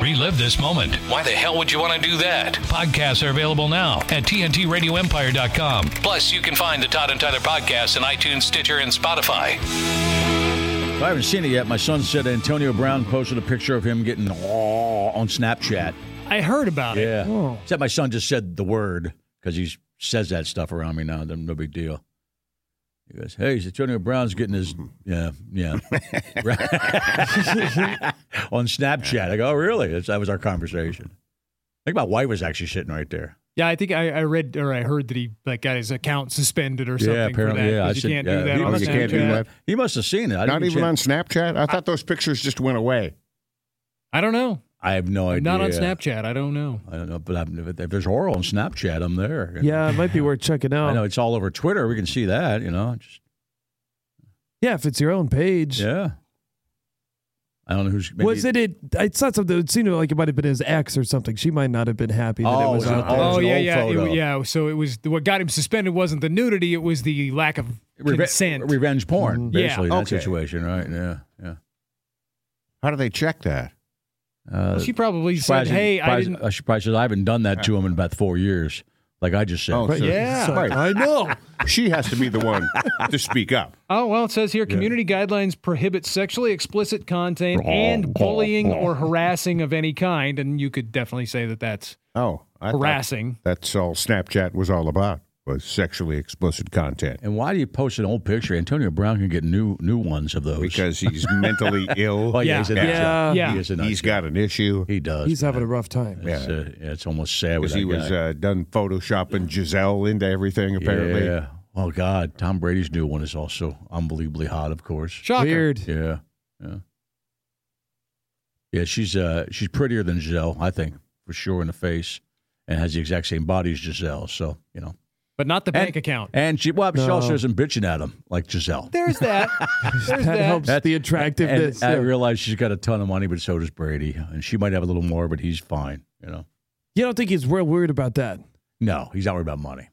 Relive this moment. Why the hell would you want to do that? Podcasts are available now at TNTRadioEmpire.com. Plus, you can find the Todd and Tyler podcast in iTunes, Stitcher, and Spotify. I haven't seen it yet. My son said Antonio Brown posted a picture of him getting "Aw" on Snapchat. I heard about it. Yeah. Except my son just said the word because he says that stuff around me now. Then no big deal. He goes, "Hey, Antonio Brown's getting his yeah, yeah." on Snapchat, I go, "Oh, really?" That's, that was our conversation. I think my wife was actually sitting right there. Yeah, I think I, I read or I heard that he like got his account suspended or something. yeah, apparently, for that, yeah. 'cause I you said- can't yeah. do that. He on must- You can't do Snapchat. that. He must have seen it. I Not didn't even check. on Snapchat. I thought those pictures just went away. I don't know. I have no idea. Not on Snapchat. I don't know. I don't know, but I'm, if if there's oral on Snapchat, I'm there. you know. Yeah, it might be worth checking I know out. it's all over Twitter. We can see that, you know. Just Yeah, if it's your own page. yeah. I don't know who's maybe, Was it, it? It's not something. It seemed like it might have been his ex or something. She might not have been happy that Oh, it was it was an out there. Oh, Oh, it's yeah, old yeah, it- photo. yeah. So it was what got him suspended wasn't the nudity; it was the lack of Reve- consent. revenge porn, Mhm. Yeah. basically that Okay. situation, right? Yeah, yeah. How do they check that? Uh, she probably said, surprising- "Hey, I surprising- didn't." uh, she probably says I haven't done that to him in about four years, like I just said. Oh, sure. yeah. Sorry, I know. She has to be the one to speak up. Oh well, it says here community guidelines prohibit sexually explicit content and bullying or harassing of any kind, and you could definitely say that that's Oh, I thought harassing. That's all Snapchat was all about was sexually explicit content And why do you post an old picture? Antonio Brown can get new new ones of those because he's mentally ill. oh yeah, Yeah. he's a nut Yeah. job. Yeah. he is a nut he's job. got an issue he does. He's having a rough time. yeah. It's, uh, yeah, it's almost sad with because that he was guy. uh, done photoshopping Giselle into everything. Apparently, Yeah. Oh God, Tom Brady's new one is also unbelievably hot, of course. Shocker. Weird. Yeah, yeah, yeah. She's uh, she's prettier than Giselle, I think, for sure in the face, and has the exact same body as Giselle. So you know, but not the bank account. and she well, she No. also isn't bitching at him like Giselle. There's that. There's That that. helps the And attractiveness. I yeah. realize she's got a ton of money, but so does Brady, and she might have a little more, but he's fine. You know, you don't think he's real worried about that? no, he's not worried about money.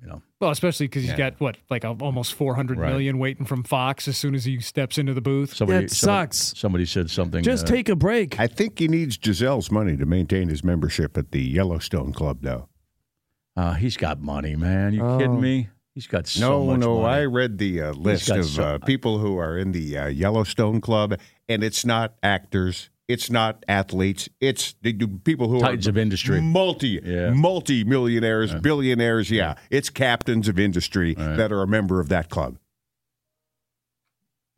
You know, Well, especially because he's got what, like a, almost four hundred million Right. waiting from Fox as soon as he steps into the booth. somebody That somebody- sucks. Somebody, said something. Just uh, take a break. I think he needs Giselle's money to maintain his membership at the Yellowstone Club, though. Uh, he's got money, man. You kidding Oh. me? He's got so No, much no, I money. read the uh, list got of so- uh, people who are in the uh, Yellowstone Club, and it's not actors, it's not athletes, it's the, the people who Titans are of industry. multi, Yeah. multi millionaires, billionaires. Yeah, it's captains of industry Right. that are a member of that club.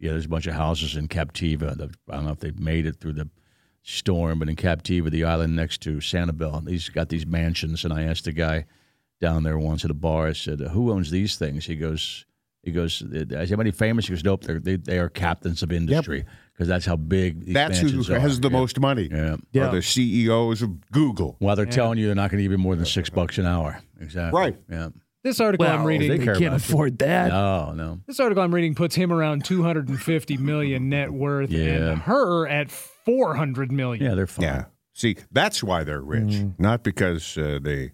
yeah, there's a bunch of houses in Captiva. that- I don't know if they made it through the storm, but in Captiva, the island next to Sanibel, he's got these mansions. And I asked the guy down there once at a bar. I said, "Who owns these things?" He goes, "He goes, is anybody famous?" He goes, "Nope, they're, they they are captains of industry because that's how big these That's who mansions are." has the Yeah. most money. Yeah. Yeah. Are the CEOs of Google. Well, they're telling you they're not going to give you more than six bucks an hour. Exactly. Right. Yeah. This article I'm reading. they they care can't about you. afford that. No, no. This article I'm reading puts him around 250 million net worth Yeah. and her at 400 million. Yeah, they're fine. Yeah. See, that's why they're rich, Mm. not because uh, they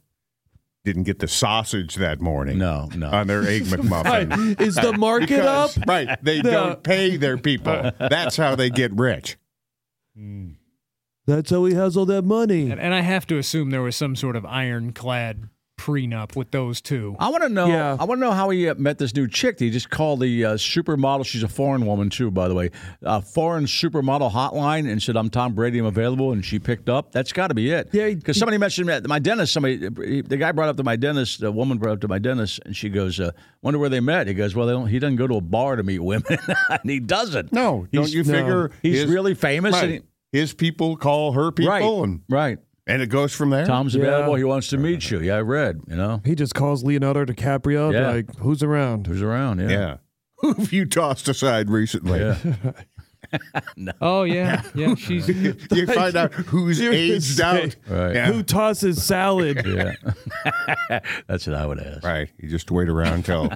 didn't get the sausage that morning No, no. on their egg McMuffin. Right. Is the market up? Because- Right. They The- don't pay their people. That's how they get rich. That's how he has all that money. And, and I have to assume there was some sort of ironclad prenup with those two. I want to know. Yeah. I want to know how he uh, met this new chick. That he just called the uh, supermodel. She's a foreign woman too, by the way. Uh, foreign supermodel hotline and said, "I'm Tom Brady. I'm available." And she picked up. That's got to be it. Yeah, he- Because somebody mentioned that my dentist. Somebody, he- the guy brought up to my dentist. The woman brought up to my dentist, and she goes, uh, "Wonder where they met." He goes, "Well, they don't, he doesn't go to a bar to meet women, and he doesn't. No, don't He's- you no. figure he's his, really famous. right, and he- his people call her people right, and right. And it goes from there. Tom's Yeah. available. He wants to meet you. Yeah, I read. You know, He just calls Leonardo DiCaprio. Yeah. Like, who's around? who's around? Yeah. yeah. Who have you tossed aside recently? Yeah. Oh yeah, yeah. She's you find out who's You're aged out. insane. Right. Yeah. Who tosses salad? Yeah. That's what I would ask. Right. You just wait around till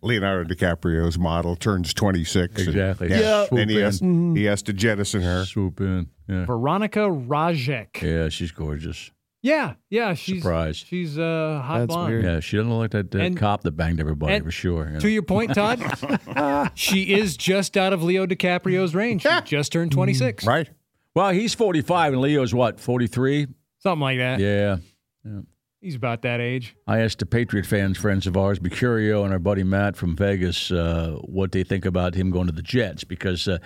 Leonardo DiCaprio's model turns 26. and- Exactly. yeah. Yeah. And he Swoop Mm-hmm. has, he has to jettison her. Swoop in. Yeah. Veronica Rajek. Yeah, she's gorgeous. Yeah, yeah. She's Surprised. She's uh, hot That's blonde. weird. Yeah, she doesn't look like that uh, And- cop that banged everybody and for sure. you know. To your point, Todd, she is just out of Leo DiCaprio's range. She just turned Mm. 26. Right. well, he's 45 and Leo's what, 43? Something like that. Yeah. He's about that age. I asked the Patriot fans, friends of ours, Mercurio and our buddy Matt from Vegas, uh, what they think about him going to the Jets because uh,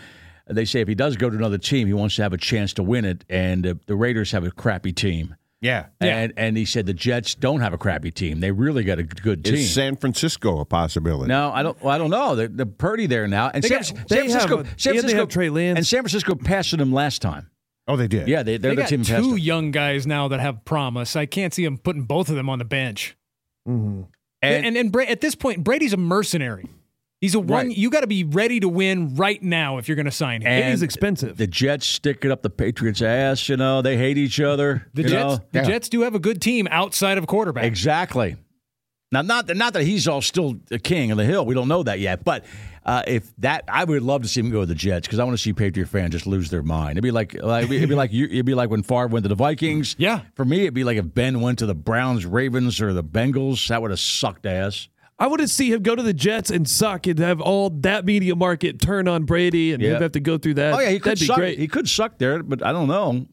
they say if he does go to another team, he wants to have a chance to win it, and uh, the Raiders have a crappy team. Yeah. Yeah. And, and he said the Jets don't have a crappy team. They really got a good team. Is San Francisco a possibility? No, I don't. Well, I don't know. The, the Purdy there now, and They San, got- San they have Francisco, San a- and they Francisco, have Trey Lance. and San Francisco passed on him last time. Oh, they did. Yeah, they, they're They the got team that passed two him. young guys now that have promise. I can't see them putting both of them on the bench. And and, and Bra- at this point, Brady's a mercenary. He's a one. Right. You got to be ready to win right now if you're going to sign him. It And is expensive. The Jets stick it up the Patriots' ass. You know they hate each other. the you Jets, know? the Yeah. Jets do have a good team outside of quarterback. exactly. Now, not that not that he's all still the king of the hill. We don't know that yet. But uh, if that, I would love to see him go to the Jets because I want to see Patriot fans just lose their mind. It'd be like, like it'd be like you, it'd be like when Favre went to the Vikings. Yeah. For me, it'd be like if Ben went to the Browns, Ravens, or the Bengals. That would have sucked ass. I want to see him go to the Jets and suck and have all that media market turn on Brady and Yeah. him have to go through that. Oh yeah, he could That'd be suck. great. He could suck there, but I don't know.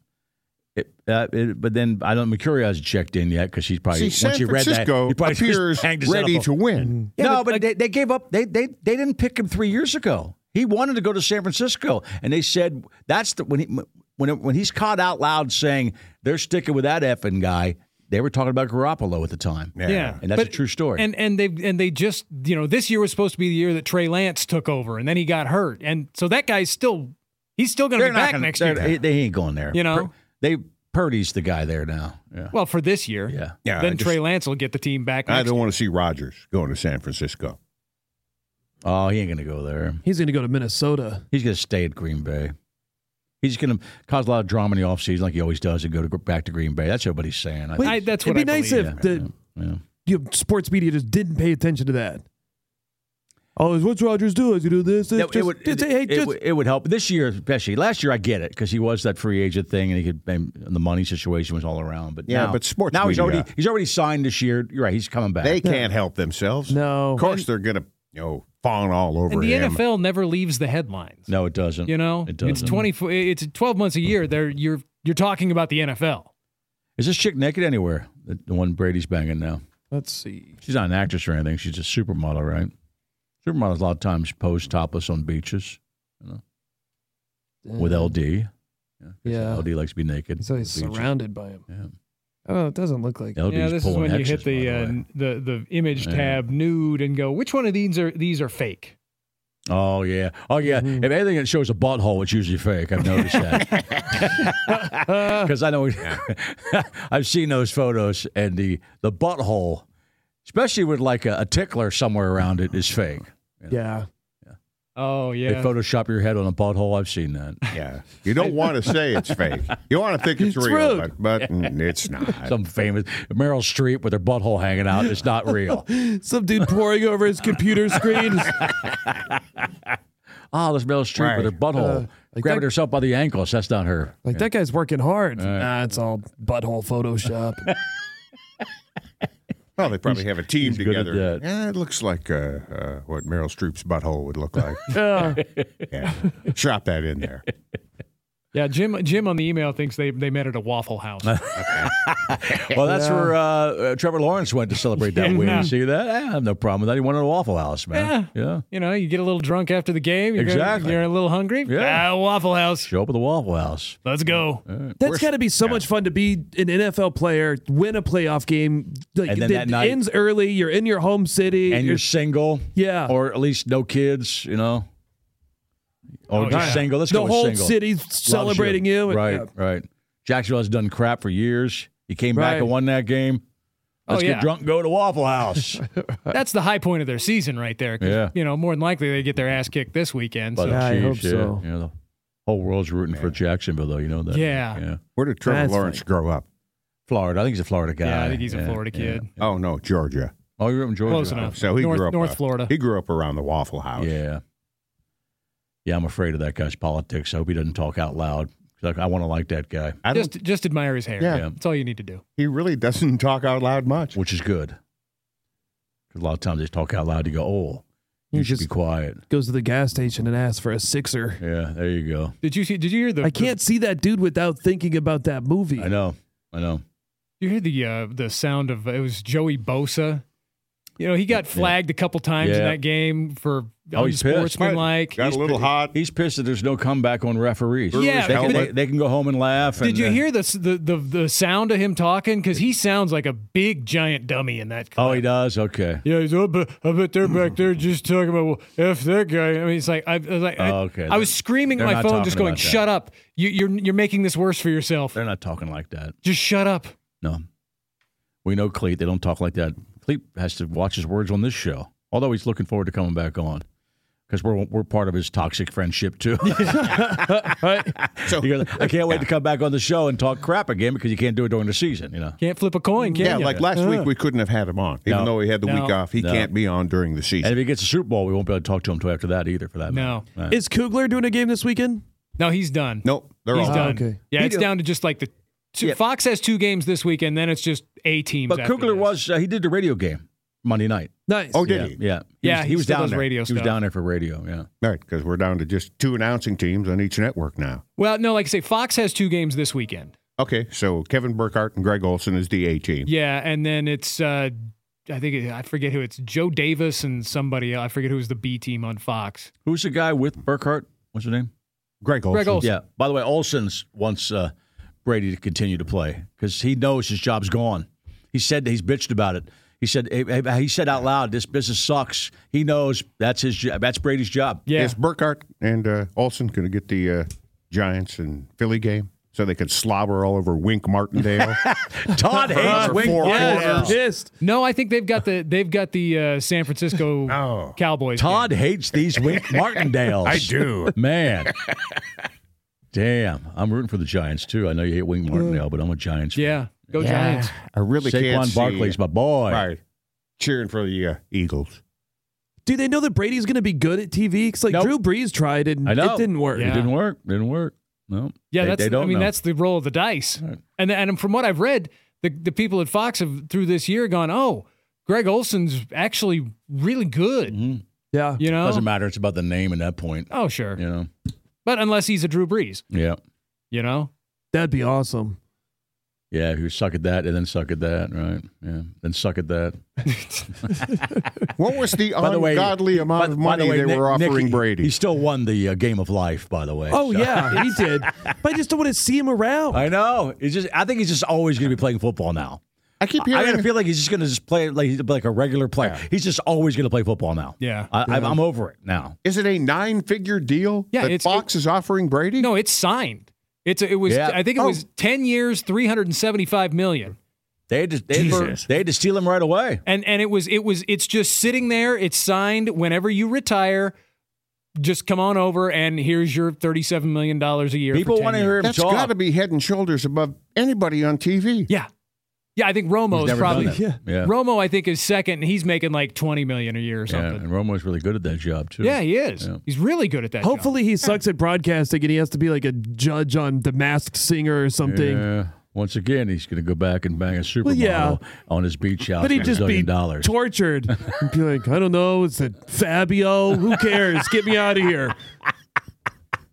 It, uh, it, but then I don't. Mercurio hasn't checked in yet because he's probably See, once San you read that, Francisco he probably just appears hanged his head ready up. to win. no, but, they, they gave up. They they they didn't pick him three years ago. He wanted to go to San Francisco, and they said that's the when he when it, when he's caught out loud saying they're sticking with that effing guy. They were talking about Garoppolo at the time. Yeah, And that's a true story. And and they and they just you know this year was supposed to be the year that Trey Lance took over, and then he got hurt, and so that guy's still he's still going to they're be not back gonna- next they're- year. They, they ain't going there. You know? Pur- they Purdy's the guy there now. Yeah. well, for this year, Yeah. Yeah, Then I just- Trey Lance will get the team back. Next I don't want to see Rogers going to San Francisco. Oh, he ain't gonna go there. He's going to go to Minnesota. He's going to stay at Green Bay. He's going to cause a lot of drama in the offseason like he always does and go to, back to Green Bay. That's what everybody's saying. I, Wait, I- that's it'd what be I nice believe, if the yeah. you know, sports media just didn't pay attention to that. Oh, what's Rogers do? Is he do this? this No, just, just- hey, it just- would- it would help. This year, especially. Last year, I get it because he was that free agent thing and he could and the money situation was all around. But Yeah, now, but sports now he's media- already he's already signed this year. You're right. He's coming back. They can't help themselves. no. Of course, they're going to you know fawn all over And the him. NFL never leaves the headlines. no, it doesn't. You know, it doesn't. it's twenty. four- It's twelve months a year. There, you're you're talking about the NFL. Is this chick naked anywhere? The, the one Brady's banging now. Let's see. She's not an actress or anything. She's a supermodel, right? Supermodels a lot of times pose topless on beaches with LD. Yeah. 'cause Yeah. LD likes to be naked. So he's on beaches. surrounded by him. Yeah. Oh, it doesn't look like. LD's yeah, this is pulling when you extras, hit the by uh, the way. the the image Yeah. tab nude and go, which one of these are these are fake? Oh yeah, oh yeah. If anything that shows a butthole, it's usually fake. I've noticed that because I know I've seen those photos and the the butthole, especially with like a, a tickler somewhere around it, is fake. Yeah. Oh They yeah, Photoshop your head on a butthole. I've seen that. Yeah, you don't want to say it's fake. You want to think it's, It's real, rude. but, but mm, it's not. Some famous Meryl Streep with her butthole hanging out. It's not real. Some dude pouring over his computer screen. Oh, there's Meryl Streep with her Right. butthole Uh, like grabbing that- herself by the ankles. That's not her. Like that guy's working hard. nah, it's all butthole Photoshop. Well, they probably have a team he's good at together. that. Yeah, it looks like uh, uh, what Meryl Streep's butthole would look like. Yeah. yeah, drop that in there. yeah. Jim Jim on the email thinks they they met at a Waffle House. Well, that's where uh, uh, Trevor Lawrence went to celebrate that win. Yeah. You see that? I have no problem with that. He went to a Waffle House, man. yeah. you know, you get a little drunk after the game. You're gonna- Exactly. you're a little hungry. Yeah. Ah, Waffle House. Show up at the Waffle House. Let's go. That's got to be so much fun to be an NFL player, win a playoff game. Like, And then that it night- ends early. You're in your home city. and you're single, Yeah. or at least no kids, you know, or Oh, just yeah. single. Let's Oh, the go with whole single. city's Loves celebrating you. and- right? yeah. Right. Jacksonville has done crap for years. He came back Right. and won that game. Oh, Let's yeah. get drunk and go to Waffle House. That's the high point of their season right there. 'cause, Yeah. You know, more than likely they get their ass kicked this weekend. By So. the Yeah, I hope Chiefs, yeah. so. You know, the whole world's rooting for Jacksonville, though. You know that. Yeah. yeah. Where did Trevor That's Lawrence funny. grow up? Florida. I think he's a Florida guy. Yeah, I think he's a Florida yeah. kid. Oh no, Georgia. Oh, you're from Georgia. Close enough. So he North- grew up North uh, Florida. He grew up around the Waffle House. Yeah. Yeah, I'm afraid of that guy's politics. I hope he doesn't talk out loud. 'Cause I, want to like that guy, I don't, Just, just admire his hair. Yeah. Yeah. That's all you need to do. he really doesn't talk out loud much. which is good. 'Cause a lot of times they talk out loud. You go, oh, you He should be just- quiet. Goes to the gas station and asks for a sixer. Yeah, there you go. Did you see? Did you hear the? I can't see that dude without thinking about that movie. I know. I know. You hear the uh, the sound of it was Joey Bosa. You know, he got flagged a couple times in Yeah. that game for Oh, he's pissed. unsportsmanlike. Got a little hot. He's pissed that there's no comeback on referees. Yeah, They, but- can, they, they can go home and laugh. Did and, you uh, hear the s- the the, the sound of him talking? Because he sounds like a big giant dummy in that. Oh, clip. he does? Okay. Yeah, he's, oh, but I bet they're back there just talking about well, f that guy. I mean, it's like I, I was like, I, Oh, okay. I was screaming at They're my not phone, talking just going, about that. "Shut up! You, you're you're making this worse for yourself. They're not talking like that. Just shut up." No. We know Cleet. They don't talk like that. Cleet has to watch his words on this show, although he's looking forward to coming back on because we're, we're part of his toxic friendship, too. So He goes, I can't wait to come back on the show and talk crap again because you can't do it during the season, you know. Can't flip a coin, can yeah, you? like last week we couldn't have had him on, even No. though he had the No. week off. He No. can't be on during the And season. if he gets a Super Bowl, we won't be able to talk to him until after that either, for that. No. matter. Right. Is Kugler doing a game this weekend? no, he's done. Nope, they're he's all done. okay. Yeah, He it's do- down to just like the two, Yeah. Fox has two games this week, and then it's just a team. But Kugler was, uh, he did the radio game Monday night. Nice. Oh, did Yeah. he? Yeah. Yeah, was, he was still down does there. radio he was stuff. down there for radio, yeah. Right, because we're down to just two announcing teams on each network now. well, no, like I say, Fox has two games this weekend. Okay, so Kevin Burkhardt and Greg Olson is the A team. Yeah, and then it's uh, I think it, I forget who it's Joe Davis and somebody I forget who was the B team on Fox. Who's the guy with Burkhart? What's her name? Greg Olson. Greg Olson. Yeah. By the way, Olson's wants uh, Brady to continue to play because he knows his job's gone. He said he's bitched about it. He said eh, he said out loud, "This business sucks." He knows that's his. jo- That's Brady's job. Yeah, Is Burkhardt and uh, Olson going to get the uh, Giants and Philly game so they could slobber all over Wink Martindale? Todd hates For Wink. four Martindale. quarters. Pissed. no, I think they've got the they've got the uh, San Francisco Oh. Cowboys. game. Todd hates these Wink Martindales. I do. man. Damn, I'm rooting for the Giants too. I know you hate Wink Martindale, but I'm a Giants. fan. Yeah, go Giants. I really can't Saquon see- Barkley's my boy. Right. Cheering for the uh, Eagles. Do they know that Brady's going to be good at TV? Because like Nope. Drew Brees tried and I know. it didn't work. It Yeah. didn't work. Didn't work. No. Yeah, They- that's. they don't I mean, know. that's the roll of the dice. And and from what I've read, the the people at Fox have through this year gone, oh, Greg Olson's actually really good. Mm-hmm. Yeah. You know, doesn't matter. It's about the name at that point. oh sure, You know. but unless he's a Drew Brees, Yeah. you know, That'd be awesome. Yeah, who suck at that and then suck at that, right? Yeah, then suck at that. What was the By the way, ungodly amount by- of by money the way, they Nick- were offering Nick, Brady? He still won the uh, game of life, by the way. Oh so- yeah, he did. But I just don't want to see him around. I know. He's just. I think he's just always going to be playing football now. I keep I hearing gotta feel like he's just going to just play like he's like a regular player. He's just always going to play football now. Yeah. I, I'm- I'm over it now. Is it a nine-figure deal Yeah, that it's- Fox is offering Brady? no, it's signed. It's a, it was Yeah. I think it Oh. was ten years, three hundred and seventy five million, They had to, they had to, Jesus. they had to steal him right away. and and it was it was it's just sitting there. It's signed. Whenever you retire, just come on over, and here's your thirty seven million dollars a year. for People 10 want to years. hear him That's talk. got to be head and shoulders above anybody on TV. Yeah, yeah. I think He's Romo is never done probably that. yeah. yeah. Romo, I think, is second, and he's making like twenty million a year or yeah. something. And Romo's really good at that job too. Yeah, he is. He's really good at that. job. Hopefully he sucks at broadcasting and he has to be like a judge on The Masked Singer or something. Yeah. Once again, he's going to go back and bang a supermodel Well, yeah. on his beach house. But he'd for a just be billion dollars. tortured and be like, I don't know, it's a Fabio. Who cares? Get me out of here.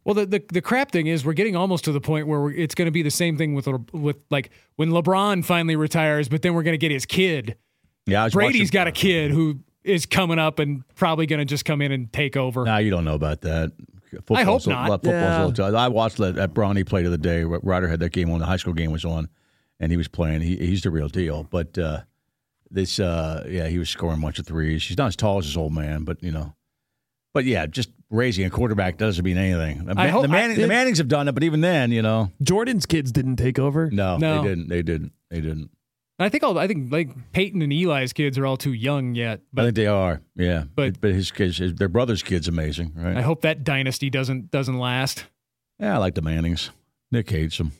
Well, the, the the crap thing is, we're getting almost to the point where we're, it's going to be the same thing with Le- with like when LeBron finally retires, but then we're going to get his kid. yeah, I was watching- Brady's got a kid who is coming up and probably going to just come in and take over. Nah, you don't know about that. Football's I hope a- not. Football's a little tough. I watched that, that Bronny play the other day. Ryder had that game on. The high school game was on, and he was playing. He, he's the real deal. But uh, this, uh, yeah, he was scoring a bunch of threes. He's not as tall as his old man, but you know, But yeah, just raising a quarterback doesn't mean anything. The, Ma- hope- the, Manning, I- the Mannings have done it, but even then, you know, Jordan's kids didn't take over. no, No. they didn't. They didn't. They didn't. I think all I think like Peyton and Eli's kids are all too young yet, I but think they are. Yeah, but- but but his kids, his, their brother's kid's amazing, right? I hope that dynasty doesn't doesn't last. yeah, I like the Mannings. Nick hates them.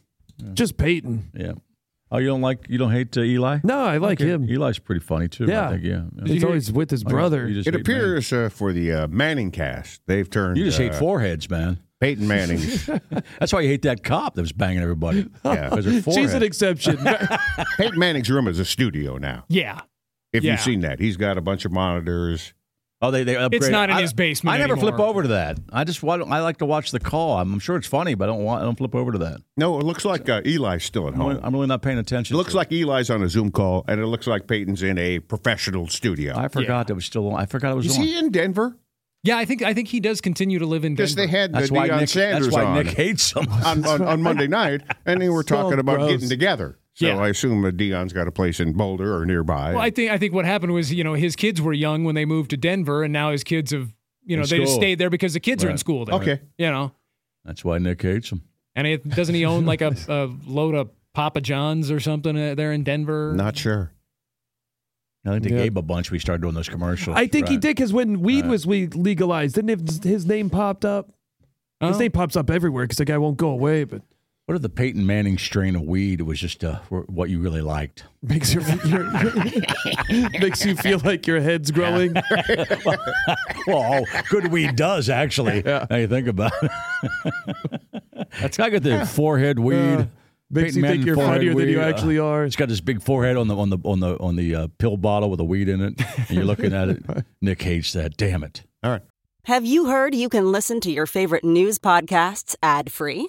Just Peyton. Yeah. Oh, you don't like you don't hate uh, Eli? No, I like Okay. him. Eli's pretty funny too. Yeah. I think, yeah. Oh, yeah. He's always with his brother. You just It hate Manning. appears uh, for the uh, Manning cast, they've turned you just hate uh, foreheads, man. Peyton Manning's That's why you hate that cop that was banging everybody. Yeah. 'Cause her She's an forehead. exception. Peyton Manning's room is a studio now. Yeah, If Yeah. you've seen that, he's got a bunch of monitors. Oh, they, they upgraded. not in I- his basement I never anymore. flip over to that. I just want, I like to watch the call. I'm sure it's funny, but I don't want I don't flip over to that. No, it looks like uh, Eli's still at I'm really, home. I'm really not paying It attention. looks to like Eli's on a Zoom call, and it looks like Peyton's in a professional studio. I forgot that was still on. I forgot it was Is on. he in Denver? yeah. I think I think he does continue to live in Because Denver. they had the That's why Deion Nick. Sanders that's why on, Nick hates him. on, on on Monday night, and they were So talking about gross. getting together. So Yeah. I assume uh, Dion's got a place in Boulder or nearby. well, I think I think what happened was you know his kids were young when they moved to Denver, and now his kids have you know In they just school. stayed there because the kids are in Right. school there. okay, you know, That's why Nick hates him. and it, doesn't he own like a, a load of Papa John's or something uh, there in Denver? not sure. I think they Yeah. gave a bunch. We started doing those commercials. I think he Right. did because when weed was le- legalized, didn't it, his name popped up? Huh? His Oh. name pops up everywhere because the guy won't go away, but What if the Peyton Manning strain of weed was just uh, what you really liked? makes your, your makes you feel like your head's growing. Well, good weed does actually. Now you think about it. That's got the forehead weed. Uh, makes Peyton you think Manning you're forehead funnier than you weed, uh, actually are. It's got this big forehead on the on the on the on the uh, pill bottle with a weed in it, and you're looking at it. Nick hates that. Damn it! All right. Have you heard you can listen to your favorite news podcasts ad free?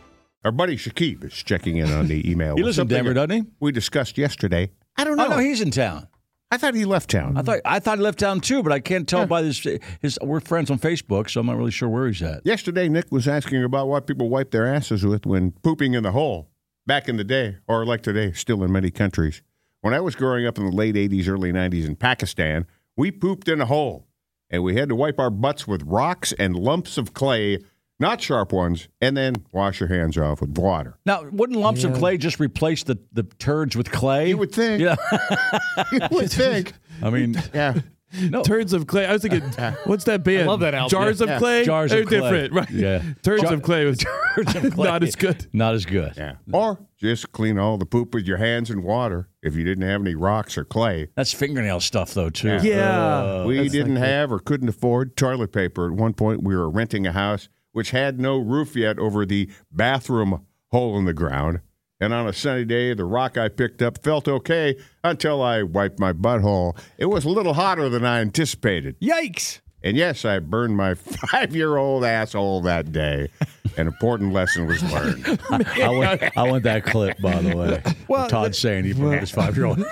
Our buddy Shakib is checking in on the email. He with lives in something Denver, doesn't he? We discussed yesterday. I don't know. Oh no, he's in town. I thought he left town. I thought I thought he left town too, but I can't tell by this. His we're friends on Facebook, so I'm not really sure where he's at. Yesterday, Nick was asking about what people wipe their asses with when pooping in the hole. Back in the day, or like today, still in many countries. When I was growing up in the late 80s, early 90s in Pakistan, we pooped in a hole. And we had to wipe our butts with rocks and lumps of clay, not sharp ones, and then wash your hands off with water. Now, wouldn't lumps of clay just replace the the turds with clay? You would think. Yeah. You would think. I mean, Yeah. no. Turds of clay. I was thinking, what's that band? love that album. Jars of Yeah. clay. Jars of They're clay. different, right? Yeah. Turds Jar- of clay was Turds of clay. not as good. Not as good. Yeah. Or just clean all the poop with your hands and water if you didn't have any rocks or clay. That's fingernail stuff, though, too. Yeah. we didn't have or couldn't afford toilet paper. At one point, we were renting a house which had no roof yet over the bathroom hole in the ground. And on a sunny day, the rock I picked up felt okay until I wiped my butthole. It was a little hotter than I anticipated. Yikes! And yes, I burned my five year old asshole that day. An important lesson was learned. I, want, I want that clip, by the way. Well, Todd saying he put his five year old.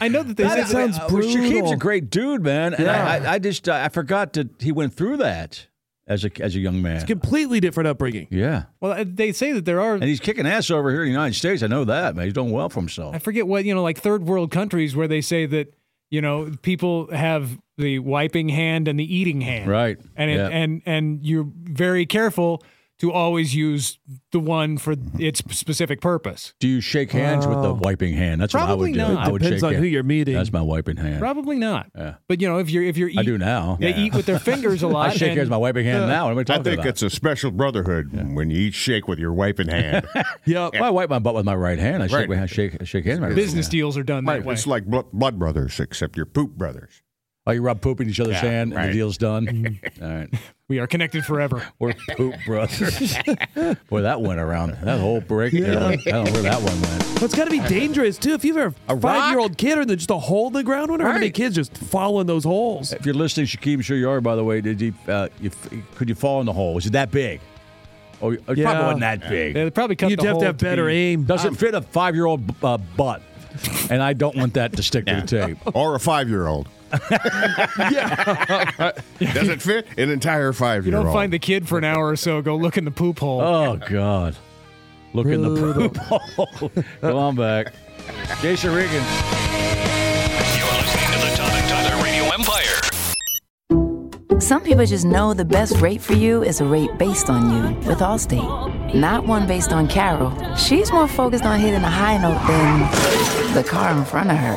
I know that they uh, said That sounds brutal. Shakib's a great dude, man. And I, I, I just uh, I forgot that he went through that as a as a young man. Completely different upbringing. Yeah, well they say that there are and he's kicking ass over here in the United States. I know that man. He's doing well for himself. I forget what you know, like third world countries where they say that you know people have the wiping hand and the eating hand, Right. And it, Yeah. and and you're very careful to always use the one for its specific purpose. Do you shake hands with the Oh. wiping hand? That's what I would Probably do. not. I would Depends shake on hand. who you're meeting. That's my wiping hand. Probably not. Yeah. But you know, if you're if you're eat, I do now. They eat with their fingers a lot. I shake and- hands with my wiping hand now. What am I I talking think about? it's a special brotherhood when you each shake with your wiping hand. Yep. Well, I wipe my butt with my right hand. I Right. shake, my hand- shake, shake hands. with my right Business hand. deals are done that right. way. It's like blo- blood brothers, except you're poop brothers. Oh, you rub poop in each other's Yeah, hand, and right. the deal's done. All right, we are connected forever. we're poop brothers. Boy, that went around. That whole break. I don't know where that one went. Well, it's got to be dangerous too. If you have a, rock? five-year-old kid or just a hole in the ground, whatever, how many Right. kids just fall in those holes? If you're listening, Shaquem, sure you are. By the way, did you, uh, you could you fall in the hole? Is it that big? Oh, it probably Yeah. wasn't that big. They probably cut You'd the have hole to have better be- aim. Does it fit a five-year-old uh, butt? And I don't want that to stick to the tape. Or a five year old. Does it fit? An entire five You year old. don't find the kid for an hour or so. Go look in the poop hole. Oh God! Look in the poop hole. Come on back, Jason Regan. You're listening to the Todd and Tyler Radio Empire. Some people just know the best rate for you is a rate based on you with Allstate, not one based on Carol. She's more focused on hitting a high note than the car in front of her.